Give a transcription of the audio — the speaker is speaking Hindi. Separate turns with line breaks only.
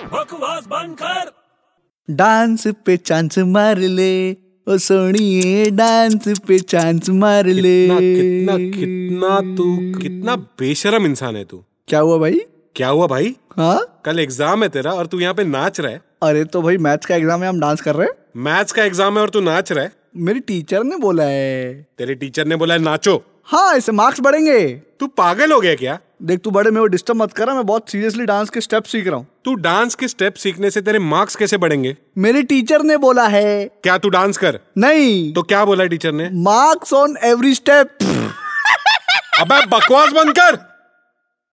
डांस बंद कर
डांस पे चांस मार ले ओ सोनिए डांस पे चांस मार ले
कितना कितना कितना तू कितना बेशरम इंसान है तू
क्या हुआ भाई
क्या हुआ भाई
हाँ
कल एग्जाम है तेरा और तू यहाँ पे नाच रहा है
अरे तो भाई मैथ्स का एग्जाम है हम डांस कर रहे हैं
मैथ्स का एग्जाम है और तू नाच रहा है
मेरी टीचर ने बोला है
तेरे टीचर ने बोला है नाचो
हाँ इससे मार्क्स बढ़ेंगे
तू पागल हो गया क्या
देख तू बड़े मेरे को डिस्टर्ब मत करा मैं बहुत सीरियसली डांस के स्टेप सीख रहा हूँ
तू डांस के स्टेप सीखने से तेरे मार्क्स कैसे बढ़ेंगे
मेरी टीचर ने बोला है
क्या तू डांस कर
नहीं
तो क्या बोला टीचर ने
मार्क्स ऑन एवरी स्टेप
अबे बकवास बंद कर